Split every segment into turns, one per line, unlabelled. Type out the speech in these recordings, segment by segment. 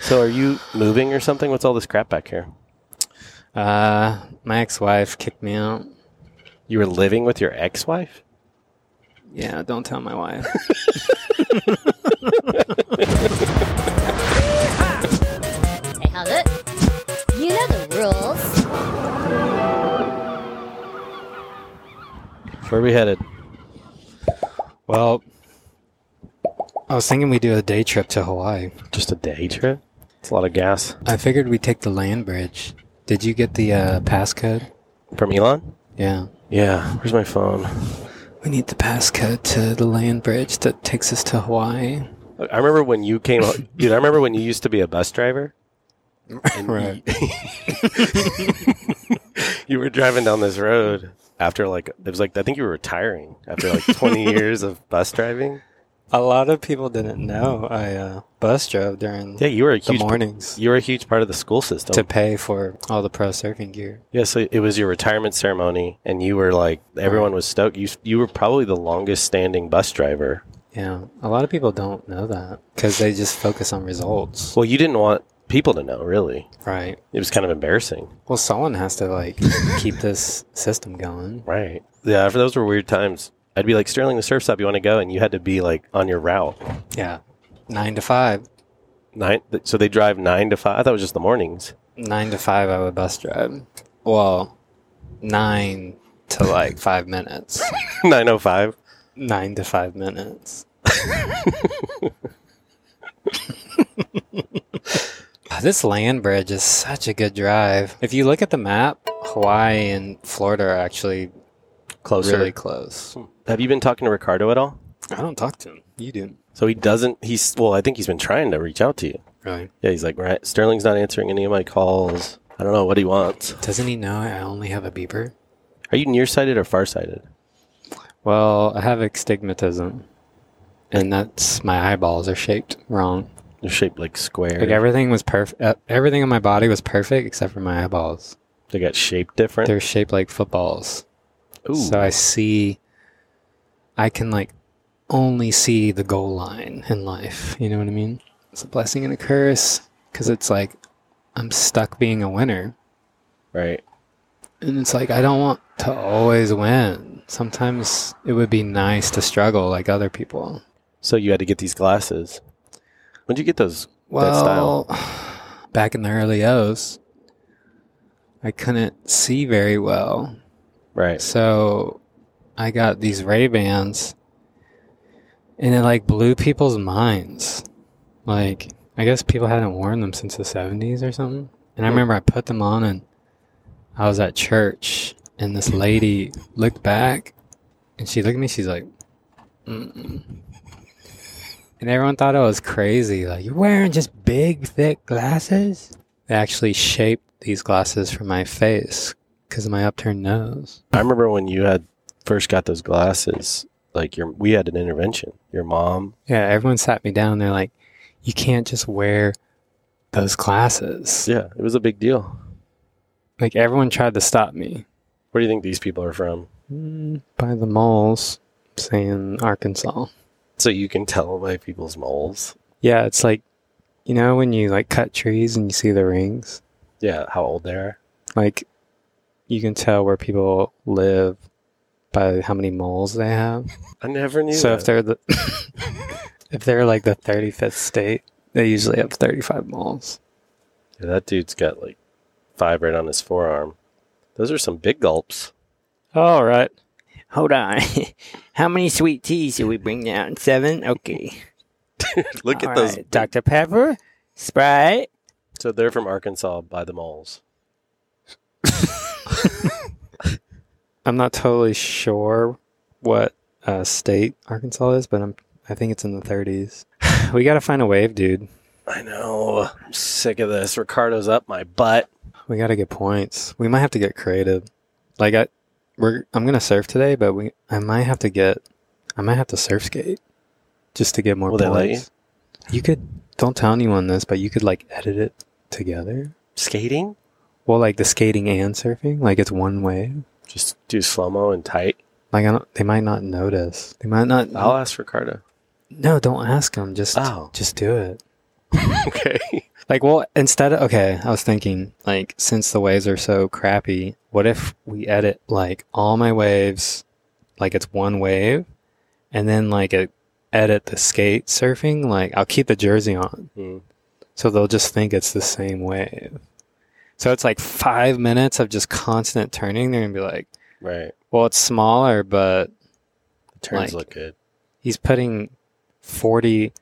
So are you moving or something? What's all this crap back here?
Uh, my ex-wife kicked me out.
You were living with your ex-wife?
Yeah, don't tell my wife.
Say hello. You know the rules.
Where are we headed?
well, I was thinking we do a day trip to Hawaii.
Just a day trip? It's a lot of gas.
I figured we'd take the land bridge. Did you get the uh, passcode?
From Elon?
Yeah.
Yeah. Where's my phone?
We need the passcode to the land bridge that takes us to Hawaii.
I remember when you came, dude. I remember when you used to be a bus driver.
Right.
You were driving down this road after like it was like I think you were retiring after like 20 years of bus driving.
A lot of people didn't know I uh, bus drove during
Yeah, you were a
the
huge
mornings
you were a huge part of the school system.
to pay for all the pro surfing gear.
Yeah, so it was your retirement ceremony, and you were like everyone was stoked. You you were probably the longest standing bus driver.
Yeah, a lot of people don't know that because they just focus on results.
Well, you didn't want people to know, really.
Right.
It was kind of embarrassing,
Well, someone has to like keep this system going.
right? Yeah, for those were weird times. I'd be like Sterling, the surf stop. You want to go, and you had to be like on your route.
Yeah. Nine to five.
Nine. th- So they drive nine to five. I thought it was just the mornings.
Nine to five, I would bus drive. Well, nine to like five minutes.
Nine oh five.
Nine to five minutes. this land bridge is such a good drive. If you look at the map, Hawaii and Florida are actually
Closer.
really close.
Have you been talking to Ricardo at all?
I don't talk to him. You do.
So he doesn't. He's well. I think he's been trying to reach out to you.
Really?
Yeah, he's like, right. Sterling's not answering any of my calls. I don't know what he wants.
Doesn't he know I only have a beeper?
Are you nearsighted or farsighted?
Well, I have astigmatism. And that's my eyeballs are shaped wrong.
They're shaped like squares.
Like everything was perfect. Everything on my body was perfect except for my eyeballs.
they got shaped different.
They're shaped like footballs.
Ooh.
So I see, I can like only see the goal line in life. You know what I mean? It's a blessing and a curse because it's like I'm stuck being a winner.
right.
And it's like I don't want to always win. Sometimes it would be nice to struggle like other people.
So you had to get these glasses. When'd you get those? that
Well,
style.
back in the early O's, I couldn't see very well.
Right.
So I got these Ray Bans and it like blew people's minds. Like, I guess people hadn't worn them since the 70s or something. And I remember I put them on and I was at church and this lady looked back and she looked at me. She's like, Mm-mm. and everyone thought I was crazy. Like, you're wearing just big, thick glasses? They actually shaped these glasses for my face because of my upturned nose.
I remember when you had first got those glasses. Like your, we had an intervention. Your mom.
Yeah, everyone sat me down. They're like, you can't just wear those glasses.
Yeah, it was a big deal.
Like, everyone tried to stop me
Where do you think these people are from?
Mm, by the malls, saying Arkansas.
So you can tell by people's moles.
Yeah, it's like, you know, when you like cut trees and you see the rings,
Yeah, how old they are.
like, you can tell where people live by how many moles they have.
I never knew.
So if
that.
they're the, if they're like the 35th state, they usually have 35 moles.
Yeah, that dude's got like five right on his forearm. Those are some big gulps.
All right.
Hold on. How many sweet teas should we bring down? Seven? Okay.
Look at
All
those.
right. Dr. Pepper, Sprite.
So they're from Arkansas by the moles.
I'm not totally sure what uh, state Arkansas is, but I'm I think it's in the 30s. we got to find a wave, dude.
I know. I'm sick of this. Ricardo's up my butt.
We got to get points. We might have to get creative. Like I we're I'm going to surf today, but we I might have to get I might have to surf skate just to get more
Will they
points.
let
you? could don't tell anyone this, but you could like edit it together.
Skating?
Well, like the skating and surfing, like it's one wave.
Just do slow mo and tight.
Like I don't, they might not notice. They might not.
I'll ask Ricardo.
No, don't ask them. Just
Oh. Oh.
just do it.
okay.
Like, well, instead of, okay, I was thinking, like, since the waves are so crappy, what if we edit, like, all my waves, like, it's one wave, and then, like, it, edit the skate surfing? Like, I'll keep the jersey on.
Mm.
So they'll just think it's the same wave. So it's like five minutes of just constant turning. They're going to be like,
Right.
well, it's smaller, but
Turns
Like-
look good.
he's putting 40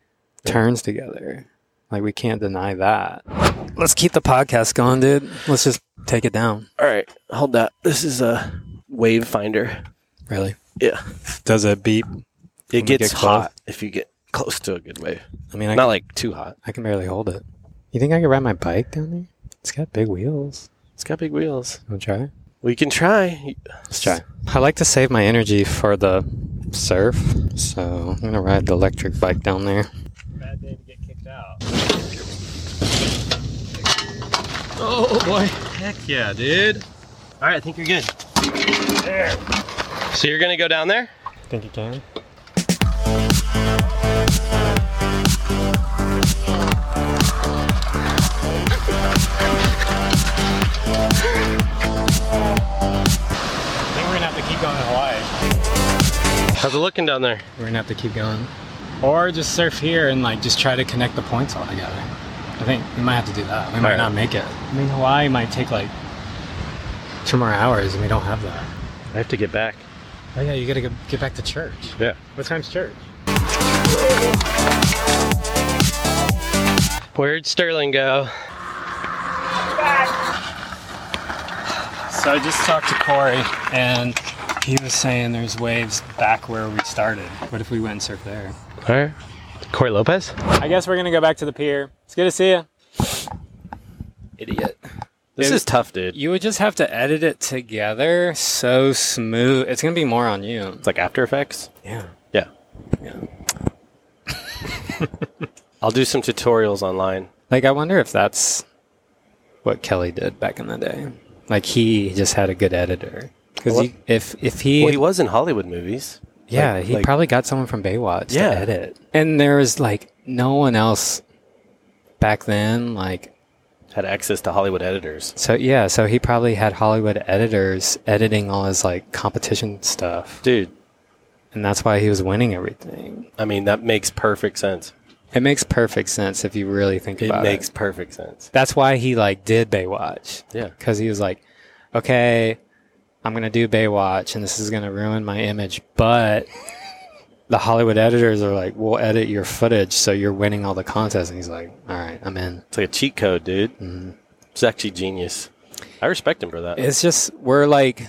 turns together. Like, we can't deny that. Let's keep the podcast going, dude. Let's just take it down.
All right. Hold that. This is a wave finder.
Really?
Yeah.
Does it beep?
It
When we
gets
get close?
hot if you get close to a good wave.
I mean, I,
Not like too hot.
I can barely hold it. You think I could ride my bike down there? It's got big wheels.
It's got big wheels.
Want to try?
We can try.
Let's try. I like to save my energy for the surf, so I'm gonna ride the electric bike down there.
Bad day to get kicked out.
Oh boy.
Heck yeah, dude.
All right, I think you're good. There. So you're gonna go down there?
Think you can?
I think we're gonna have to keep going to Hawaii.
How's it looking down there?
We're gonna have to keep going, or just surf here and like just try to connect the points all together. I think we might have to do that. We might
Alright.
not make it. I mean, Hawaii might take like two more hours, and we don't have that.
I have to get back.
Oh yeah, you gotta go, get back to church.
Yeah.
What time's church?
Where'd Sterling go?
So I just talked to Corey, and he was saying there's waves back where we started. What if we went and surfed there?
All right. Corey Lopez?
I guess we're gonna go back to the pier. It's good to see you.
Idiot. This
Dude.
is tough, dude.
You would just have to edit it together so smooth. It's gonna be more on you.
It's like After Effects.
Yeah.
Yeah. I'll do some tutorials online.
Like I wonder if that's what Kelly did back in the day. Like he just had a good editor.
Well,
Because if if he,
Well, he was in Hollywood movies.
yeah,
like-
he
like-
probably got someone from Baywatch
Yeah.
to edit. And there was like no one else back then. Like
Had access to Hollywood editors.
So yeah, so he probably had Hollywood editors editing all his like competition stuff,
Dude,
and that's why he was winning everything.
I mean, that makes perfect sense.
It makes perfect sense if you really think
It
about
makes
it.
perfect sense.
That's why he like did Baywatch.
Yeah.
because he was like, okay, I'm gonna do Baywatch, and this is gonna ruin my image, but. The Hollywood editors are like, we'll edit your footage so you're winning all the contests. And he's like, all right, I'm in.
It's like a cheat code, dude. It's actually genius. I respect him for that.
It's just we're like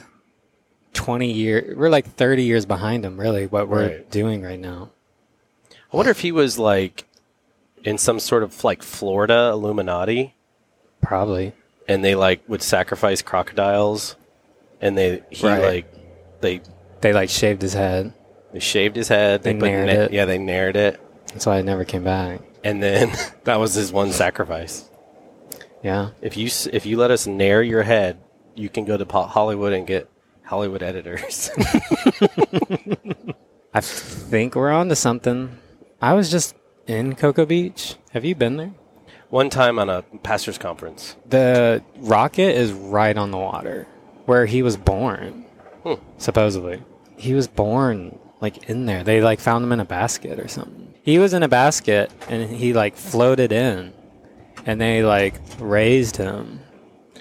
twenty year, we're like thirty years behind them. Really, what we're
Right.
doing right now.
I wonder if he was like in some sort of like Florida Illuminati
Probably.
and they like would sacrifice crocodiles and they he
Right.
like they
They like shaved his head.
they shaved his head, they,
They
put
nared
na-
it.
yeah, they nared it.
That's why it never came back.
And then that was his one sacrifice.
Yeah.
If you s- if you let us nair your head, you can go to po- Hollywood and get Hollywood editors.
I think we're on to something. I was just in Cocoa Beach. Have you been there?
one time on a pastors conference.
The rocket is right on the water where he was born,
Hmm.
supposedly. He was born like in there. They like found him in a basket or something. He was in a basket and he like floated in and they like raised him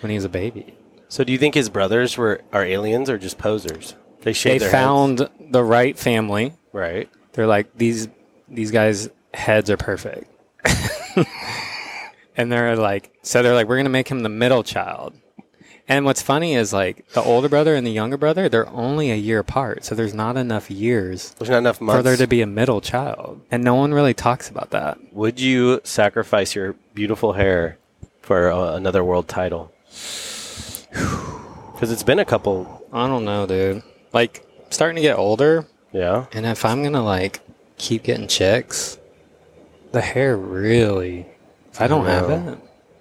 when he was a baby.
So do you think his brothers were are aliens or just posers? They
They
shaved their heads.
found the right family
right.
they're like these these guys heads are perfect and they're like so they're like we're gonna make him the middle child and what's funny is like the older brother and the younger brother they're only a year apart so there's not enough years
There's not enough months.
for there to be a middle child and no one really talks about that
Would you sacrifice your beautiful hair for uh, another world title? Because it's been a couple.
i don't know dude like I'm starting to get older
Yeah.
and if i'm gonna like keep getting chicks the hair really if i don't have
know.
that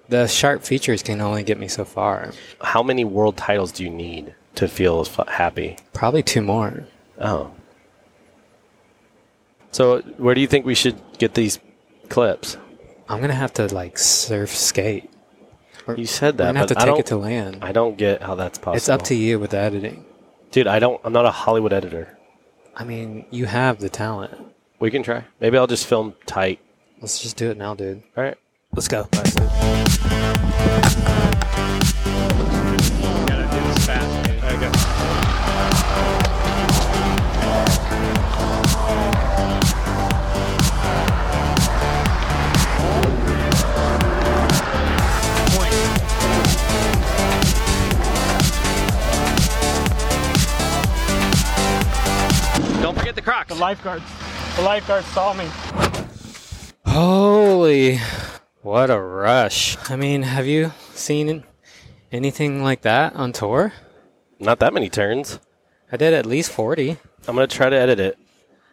the sharp features can only get me so far
How many world titles do you need to feel f- happy?
Probably two more.
Oh. So where do you think we should get these clips?
I'm gonna have to like surf skate.
You said
I'm
that,
gonna have
but
to
I
take
don't.
it to land.
I don't get how that's possible.
It's up to you with the editing.
dude. I don't. I'm not a Hollywood editor.
I mean, you have the talent.
We can try. Maybe I'll just film tight.
Let's just do it now, dude.
All right.
Let's go.
Gotta do this fast. dude. I got-
Don't forget the Crocs.
The lifeguards. The lifeguards saw me.
Holy, what a rush! I mean, have you seen anything like that on tour?
Not that many turns.
I did at least forty.
I'm gonna try to edit it.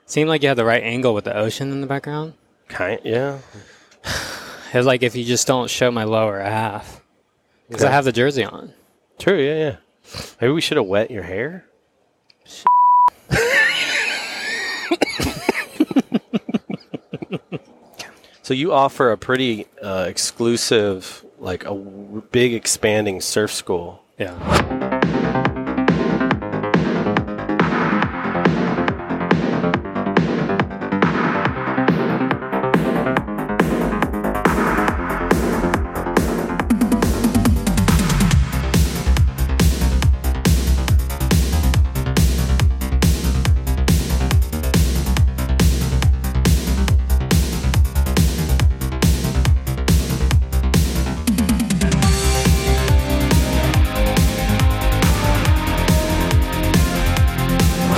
Seemed like you had the right angle with the ocean in the background.
Kind. Yeah.
It's like if you just don't show my lower half because I
Okay.
have the jersey on.
True. Yeah. Yeah. Maybe we should have wet your hair. so you offer a pretty uh, exclusive, like a w- big expanding surf school.
Yeah.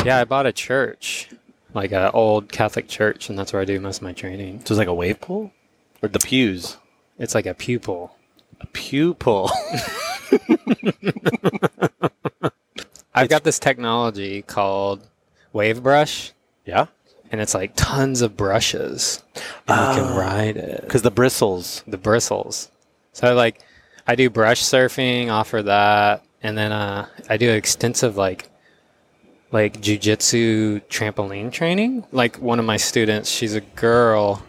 Yeah, I bought a church, like an old Catholic church, and that's where I do most of my training.
So it's like a wave pool, or the pews.
It's like a pupil.
A pew pool.
I've got this technology called Wave Brush,
yeah.
and it's like tons of brushes, and you can ride it.
Because the bristles.
The bristles. So like, I do brush surfing, offer that, and then uh, I do extensive like, like jujitsu trampoline training. Like one of my students, she's a girl,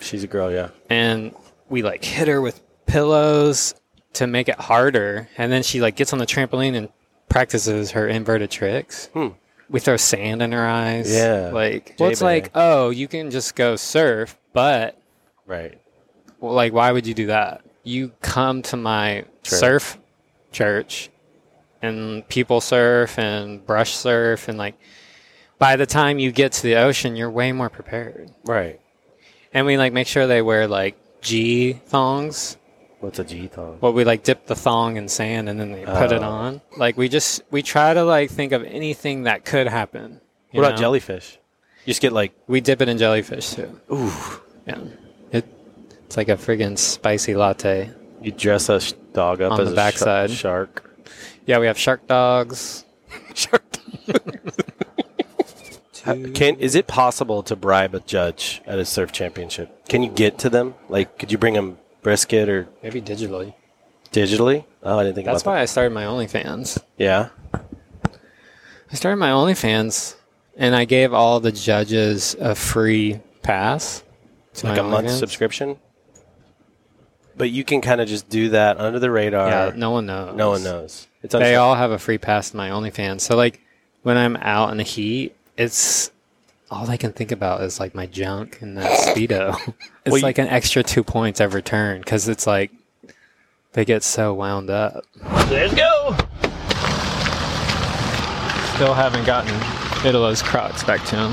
She's a girl. Yeah.
and we like hit her with pillows to make it harder and then she like gets on the trampoline and practices her inverted tricks
Hmm.
we throw sand in her eyes
Yeah.
like well it's
J-Bay.
like oh you can just go surf but
Right.
well, like why would you do that you come to my
True.
surf church and people surf and brush surf and like by the time you get to the ocean you're way more prepared
Right.
and we like make sure they wear like G thongs.
What's a G thong?
Well, we like dip the thong in sand and then they put it
Oh.
on. Like we just we try to like think of anything that could happen.
What
you
about
know?
jellyfish? You just get like
We dip it in jellyfish too.
ooh.
Yeah, it, it's like a friggin' spicy latte.
You dress a sh- dog up
On
as
the
a
backside.
sh- shark.
Yeah, we have shark dogs.
Shark. Can is it possible to bribe a judge at a surf championship? Can you get to them? Like, could you bring them brisket or
Maybe digitally.
digitally? Oh, I didn't think
That's
about
why I started my OnlyFans.
that. Yeah,
I started my OnlyFans, and I gave all the judges a free pass. To
like
my
a month
OnlyFans.
subscription. But you can kind of just do that under the radar.
Yeah, no one knows.
no one knows. It's
they
unfair.
all have a free pass to my OnlyFans. So like when I'm out in the heat, it's all I can think about is like my junk and that speedo. it's
Well, you-
like an extra two points every turn because it's like they get so wound up.
Let's go.
Still haven't gotten Italo's Crocs back to him.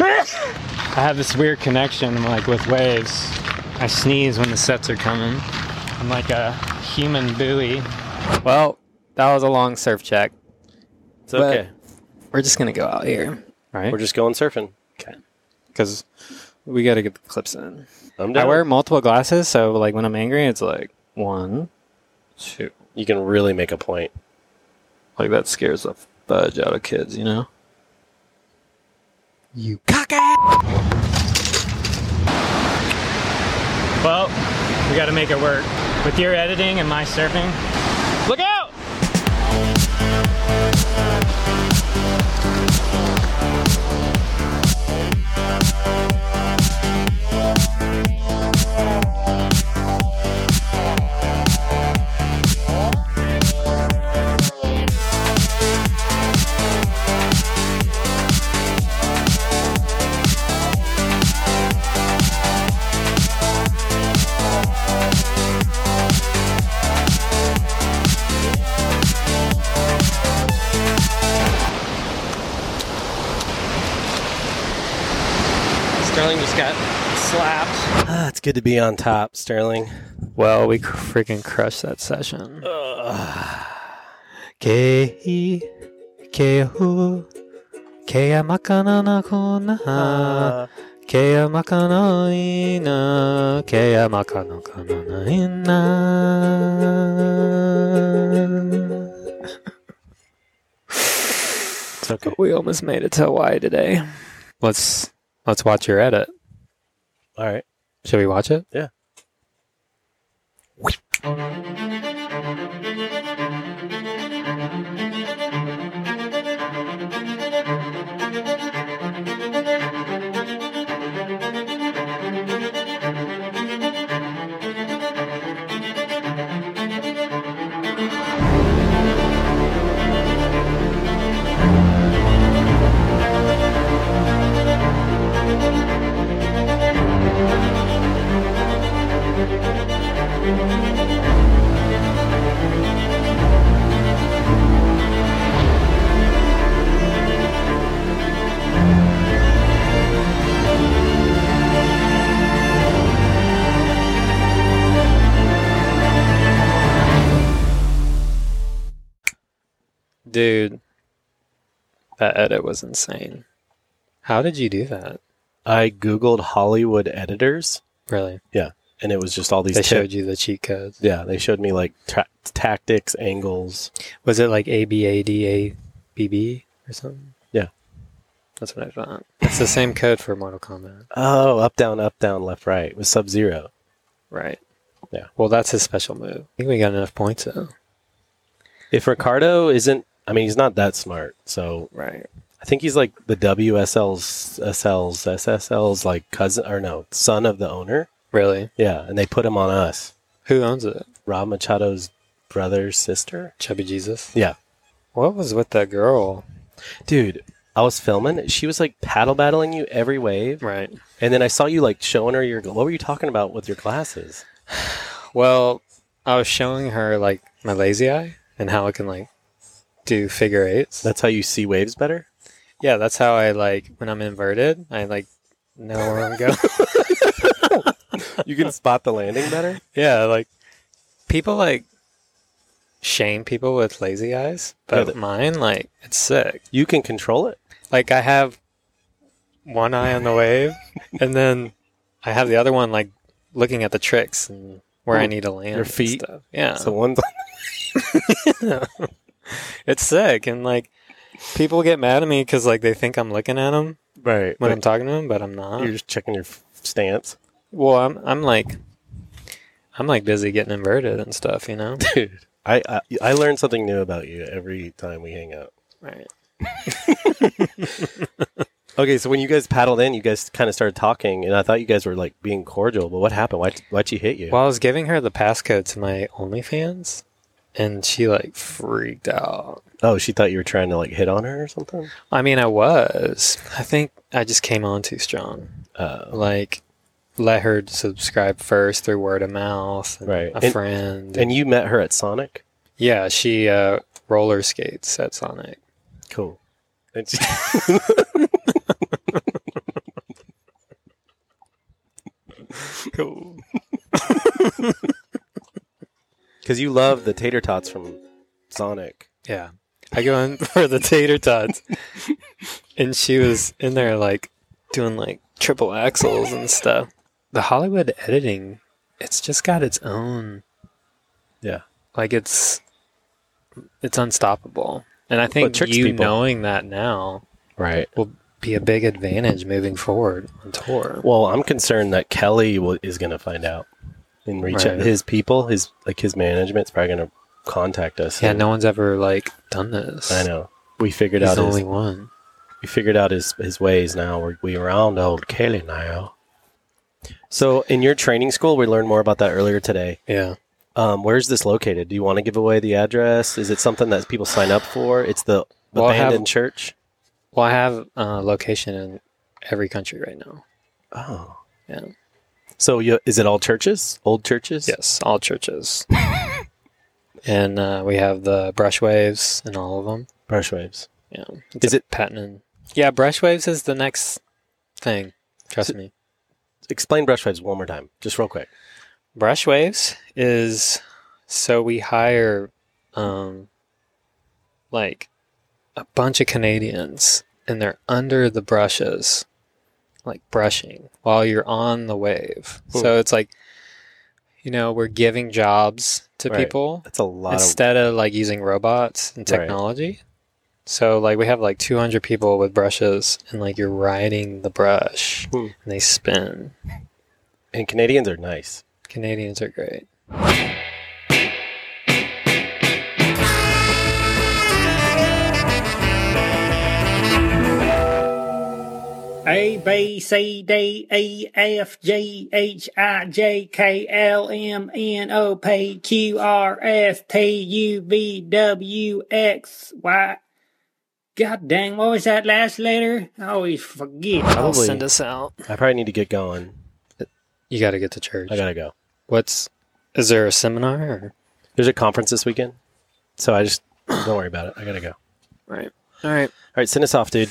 I have this weird connection like with waves. I sneeze when the sets are coming.
I'm like a human buoy.
Well, that was a long surf check.
It's okay.
We're just gonna go out here, right?
We're just going surfing.
Because we gotta get the clips in.
I'm
I
down.
wear multiple glasses, so like when I'm angry, it's like one, two.
you can really make a point.
Like that scares the fudge out of kids, you know. You cock
Well, we got to make it work. With your editing and my surfing, look out!
Sterling just got slapped.
Ah, it's good to be on top, Sterling.
Well, we cr- freaking crushed that session. Kei, keihu, keia makana na kona, keia makana ina, keia makana kana na ina.
It's okay.
We almost made it to Hawaii today. Let's let's watch your edit.
All right.
Should we watch it?
Yeah.
Dude, that edit was insane. How did you do that?
I Googled Hollywood editors,
Really?
and it was just all these.
They
tip-
showed you the cheat codes.
Yeah, they showed me like ta- tactics, angles.
Was it like A B A D A B B or something?
Yeah.
That's what I thought. It's the same code for Mortal Kombat.
Oh, up, down, up, down, left, right with Sub Zero.
Right.
Yeah.
Well, that's his special move. I think we got enough points though.
If Ricardo isn't, I mean, he's not that smart. So
Right.
I think he's like the WSL's, SL's, SSL's like cousin or no, son of the owner.
Really?
Yeah, and they put him on us.
Who owns it?
Rob Machado's brother, sister.
Chubby Jesus.
Yeah,
What was with that girl?
dude. I was filming. She was like paddle battling you every wave,
Right.
and then I saw you like showing her your. What were you talking about with your glasses?
Well, I was showing her like my lazy eye and how I can like do figure eights.
That's how you see waves better.
Yeah, that's how I like when I'm inverted. I like know where I'm going.
You can spot the landing better.
yeah, like people like shame people with lazy eyes, but
Yeah, they-
mine like it's sick.
You can control it.
Like I have one eye on the wave, and then I have the other one like looking at the tricks and where I
Ooh,
need to land.
your
and
feet.
stuff. Yeah,
So one's
it's sick, and like people get mad at me because like they think I'm looking at them
right
when I'm talking to them, but I'm not.
You're just checking your f- stance.
Well, I'm I'm like I'm like busy getting inverted and stuff, you know.
Dude, I, I I learn something new about you every time we hang out.
right.
Okay, so when you guys paddled in, you guys kind of started talking, and I thought you guys were like being cordial. But what happened? Why why'd she hit you?
Well, I was giving her the passcode to my OnlyFans, and she like freaked out.
Oh, she thought you were trying to like hit on her or something.
I mean, I was. I think I just came on too strong.
Uh,
Like, let her subscribe first through word of mouth, and
Right.
A
And-
friend,
and you met her at Sonic.
yeah, she uh, roller skates at Sonic.
Cool. And she-
Cool.
Because you love the tater tots from Sonic.
Yeah. I go in for the tater tots. and she was in there like doing like triple axles and stuff. The Hollywood editing, it's just got its own
Yeah.
like it's it's unstoppable. And I
it
think
tricks
you
people.
knowing that now
Right.
will be a big advantage moving forward on tour.
Well, I'm concerned that Kelly will, is going to find out and reach out.
Right.
His people, his like his management's probably going to contact us.
Yeah,
and-
no one's ever like done this.
I know. We figured
He's
out
the
his,
only one.
we figured out his his ways now. We're we around old Kelly now. So in your training school, we learned more about that earlier today.
Yeah.
Um, where's this located? Do you want to give away the address? Is it something that people sign up for? It's the
Well, I have-
abandoned church.
Well, I have uh, location in every country right now.
Oh,
Yeah.
so you, is it all churches? Old churches?
Yes, all churches. and uh, we have the brush waves and all of them.
Brush waves.
Yeah.
Is it-
patented? Yeah, brush waves is the next thing. Trust me.
Explain brush waves one more time, just real quick.
Brush waves is so we hire um like a bunch of Canadians and they're under the brushes like brushing while you're on the wave. So it's like you know, we're giving jobs to
Right.
people
That's a lot of
instead of like using robots and
Right.
technology. So like we have like 200 people with brushes and like you're riding the brush
Hmm.
and they spin.
and Canadians are nice.
Canadians are great.
A B C D E F G H I J K L M N O P Q R S T U V W X Y. God dang, what was that last letter? I always forget.
Probably,
Send us out.
I probably need to get going.
You got to get to church.
I gotta go.
What's is there a seminar? Or?
There's a conference this weekend, so I just don't worry about it. I gotta go. All
Right. All right.
right, send us off, dude.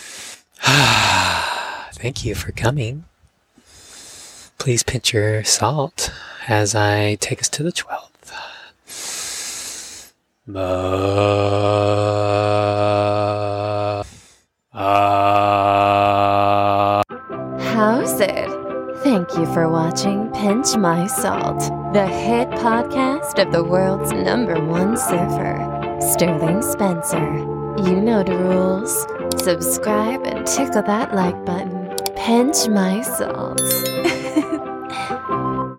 Thank you for coming. Please pinch your salt as I take us to the 12th. Ma- ah.
How's it? Thank you for watching Pinch My Salt, the hit podcast of the world's number one surfer, Sterling Spencer. You know the rules. Subscribe and tickle that like button. Pinch My Salt.